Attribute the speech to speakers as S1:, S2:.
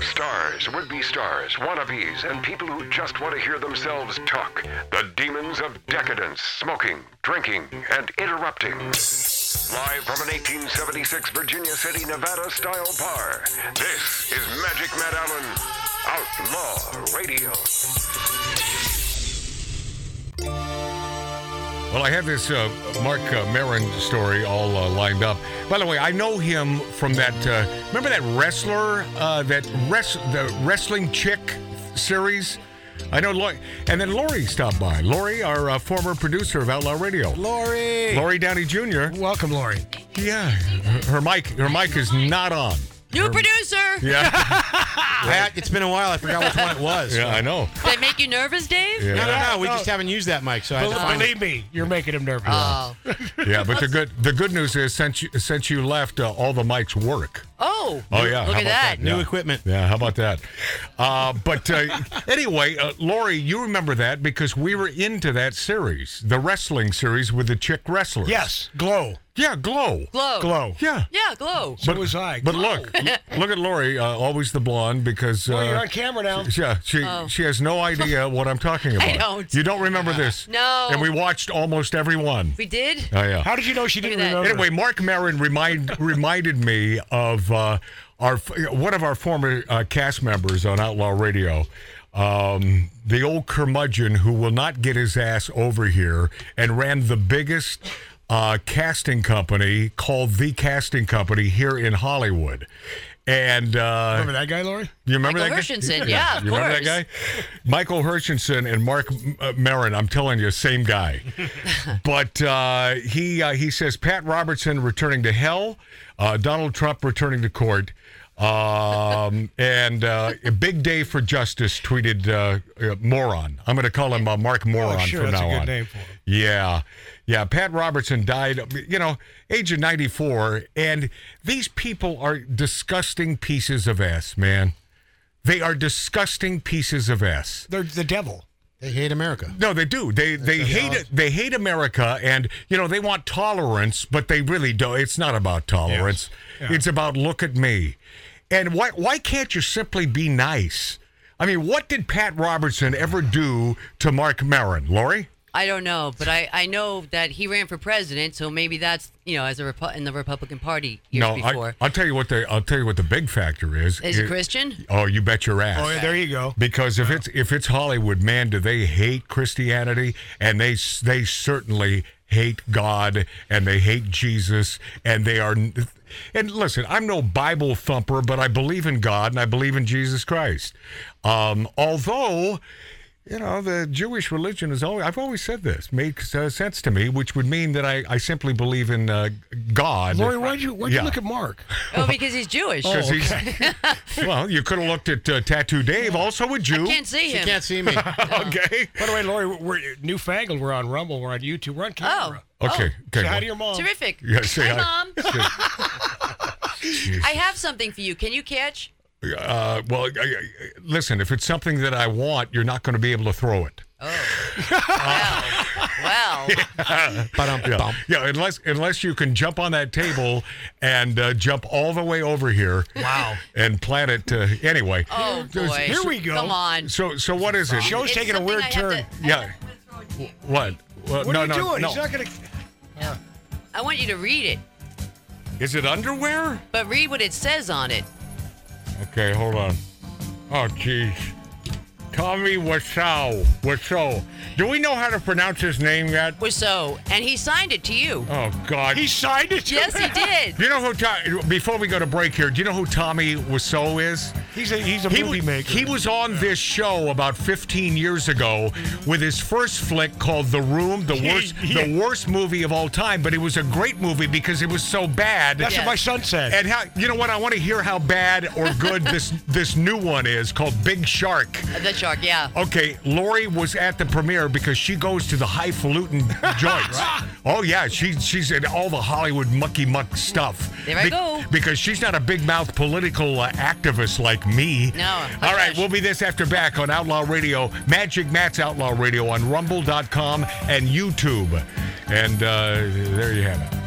S1: stars, would be stars, wannabes, and people who just want to hear themselves talk. The demons of decadence, smoking, drinking, and interrupting. Live from an 1876 Virginia City, Nevada style bar, this is Magic Matt Allen, Outlaw Radio.
S2: Well, I have this uh, Mark uh, Marin story all uh, lined up. By the way, I know him from that. Uh, remember that wrestler, uh, that res- the wrestling chick series. I know, Lori, and then Lori stopped by. Lori, our uh, former producer of Outlaw Radio.
S3: Lori.
S2: Lori Downey Jr.
S3: Welcome, Lori.
S2: Yeah, her her mic, her mic is not on.
S4: New producer.
S2: Yeah,
S3: I- it's been a while. I forgot which one it was.
S2: yeah, I know.
S4: Does that make you nervous, Dave?
S3: No,
S2: Yeah,
S3: no, no. We just haven't used that mic, so I had to find it.
S5: Believe me, you're making him nervous.
S4: Oh.
S2: yeah, but the good, the good news is since you, since you left, uh, all the mics work.
S4: Oh.
S2: Oh, yeah.
S4: Look
S2: How
S4: at
S2: about
S4: that.
S2: that?
S3: new
S2: Yeah.
S3: equipment.
S2: Yeah, how about that? Uh, but uh, anyway, uh, Lori, you remember that because we were into that series, the wrestling series with the chick wrestlers.
S5: Yes, glow,
S2: Yeah, Glow.
S4: Glow.
S5: glow.
S2: Yeah.
S4: Yeah, glow.
S5: So was I.
S2: But look, l- look at Lori, uh, always the blonde, because. Uh,
S5: Well, you're on camera Oh. now.
S2: yeah, she she has no idea what I'm talking about.
S4: don't.
S2: You don't remember this?
S4: No.
S2: And we watched almost every one.
S4: We did.
S2: Oh yeah.
S5: How did you know she didn't
S4: Look at that.
S5: remember?
S2: Anyway, Mark Marin remind, reminded me of uh, our one of our former uh, cast members on Outlaw Radio, um, the old curmudgeon who will not get his ass over here and ran the biggest uh, casting company called The Casting Company here in Hollywood. And uh,
S5: remember that guy, Lori?
S2: you remember
S4: Michael
S2: that guy?
S4: Hershenson, yeah, of
S2: you remember that
S4: course.
S2: guy? Michael Hershenson and Mark uh, Marin. I'm telling you, same guy. but uh, he uh, he says Pat Robertson returning to hell, uh, Donald Trump returning to court, um, and uh, a big day for justice. Tweeted uh, uh, moron. I'm going to call him uh, Mark Moron
S5: Oh, sure,
S2: from
S5: that's a
S2: now
S5: good
S2: on.
S5: name for him.
S2: Yeah. Yeah. Pat Robertson died, you know, age of 94. And these people are disgusting pieces of S, man. They are disgusting pieces of S.
S5: They're the devil.
S3: They hate America.
S2: No, they do. They they hate it. They hate America, and you know they want tolerance, but they really don't. It's not about tolerance. It's about look at me, and why why can't you simply be nice? I mean, what did Pat Robertson ever do to Mark Maron, Lori?
S4: I don't know, but I, I know that he ran for president, so maybe that's you know as a Repu- in the Republican Party years
S2: no,
S4: before.
S2: I, I'll tell you what the I'll tell you what the big factor is.
S4: Is he
S2: It-
S4: Christian?
S2: Oh, you bet your ass.
S5: Oh, yeah, there you go.
S2: Because if it's if it's Hollywood, man, do they hate Christianity? And they s- they certainly hate God and they hate Jesus and they are. n- And listen, I'm no Bible thumper, but I believe in God and I believe in Jesus Christ. Um, although. You know, the Jewish religion is always, I've always said this, makes uh, sense to me, which would mean that I, I simply believe in uh, God.
S5: Lori, why'd you why'd
S2: Yeah.
S5: you look at Mark?
S4: oh, because he's Jewish.
S2: Because he's well, you could have looked at uh, Tattoo Dave, also a Jew.
S4: Can't see
S3: She
S4: him.
S3: can't see me.
S2: Okay.
S5: By the way, Lori, we're newfangled. We're on Rumble. We're on YouTube. We're on camera.
S2: Okay.
S5: Oh. Say
S2: okay.
S5: hi
S2: well,
S5: to your mom.
S4: Oh. Terrific.
S2: Yeah, say
S4: hi,
S2: hi.
S4: mom. I have something for you. Can you catch?
S2: uh, well, I- I- listen, if it's something that I want, you're not going to be able to throw it.
S4: Oh. Well,
S3: Ba-dum,
S2: Yeah.
S3: bum.
S2: yeah, unless unless you can jump on that table and uh, jump all the way over here. Wow. And plant it uh, anyway.
S4: oh boy.
S5: Here we go.
S4: Come on.
S2: So so what is it?
S5: Show's
S4: It's
S5: taking a
S4: something
S5: weird
S4: I have
S5: turn.
S4: to- I
S2: Yeah.
S4: have to throw it to you.
S2: What? Well,
S5: what
S2: no,
S5: are you
S2: no,
S5: doing?
S2: No.
S5: He's not gonna.
S4: I want you to read it,
S2: Is it underwear?
S4: but read what it says on it.
S2: Okay, hold on. Oh, jeez. Tommy Wiseau. Wiseau. Do we know how to pronounce his name yet?
S4: Was so, and he signed it to you.
S2: Oh, God.
S5: He signed it. to
S4: Yes, he
S5: me.
S4: did.
S2: Do you know who? Tom, before we go to break here, do you know who Tommy Wiseau is?
S5: He's a he's a movie
S2: was,
S5: maker.
S2: he was on this show about 15 years ago with his first flick called The Room, the worst,
S5: Yeah.
S2: the worst movie of all time. But it was a great movie because it was so bad.
S5: That's
S4: Yeah.
S5: what my son said.
S2: and how you know what? I want to hear how bad or good this this new one is called Big Shark.
S4: The shark. Yeah.
S2: Okay, Lori was at the premiere because she goes to the highfalutin joints. Oh yeah, she she's in all the Hollywood mucky muck stuff.
S4: There I go.
S2: Because she's not a big mouth political uh, activist like me.
S4: No,
S2: All
S4: hush,
S2: right,
S4: hush.
S2: we'll be this after back on Outlaw Radio, Magic Matt's Outlaw Radio on Rumble.com and YouTube, and uh, there you have it.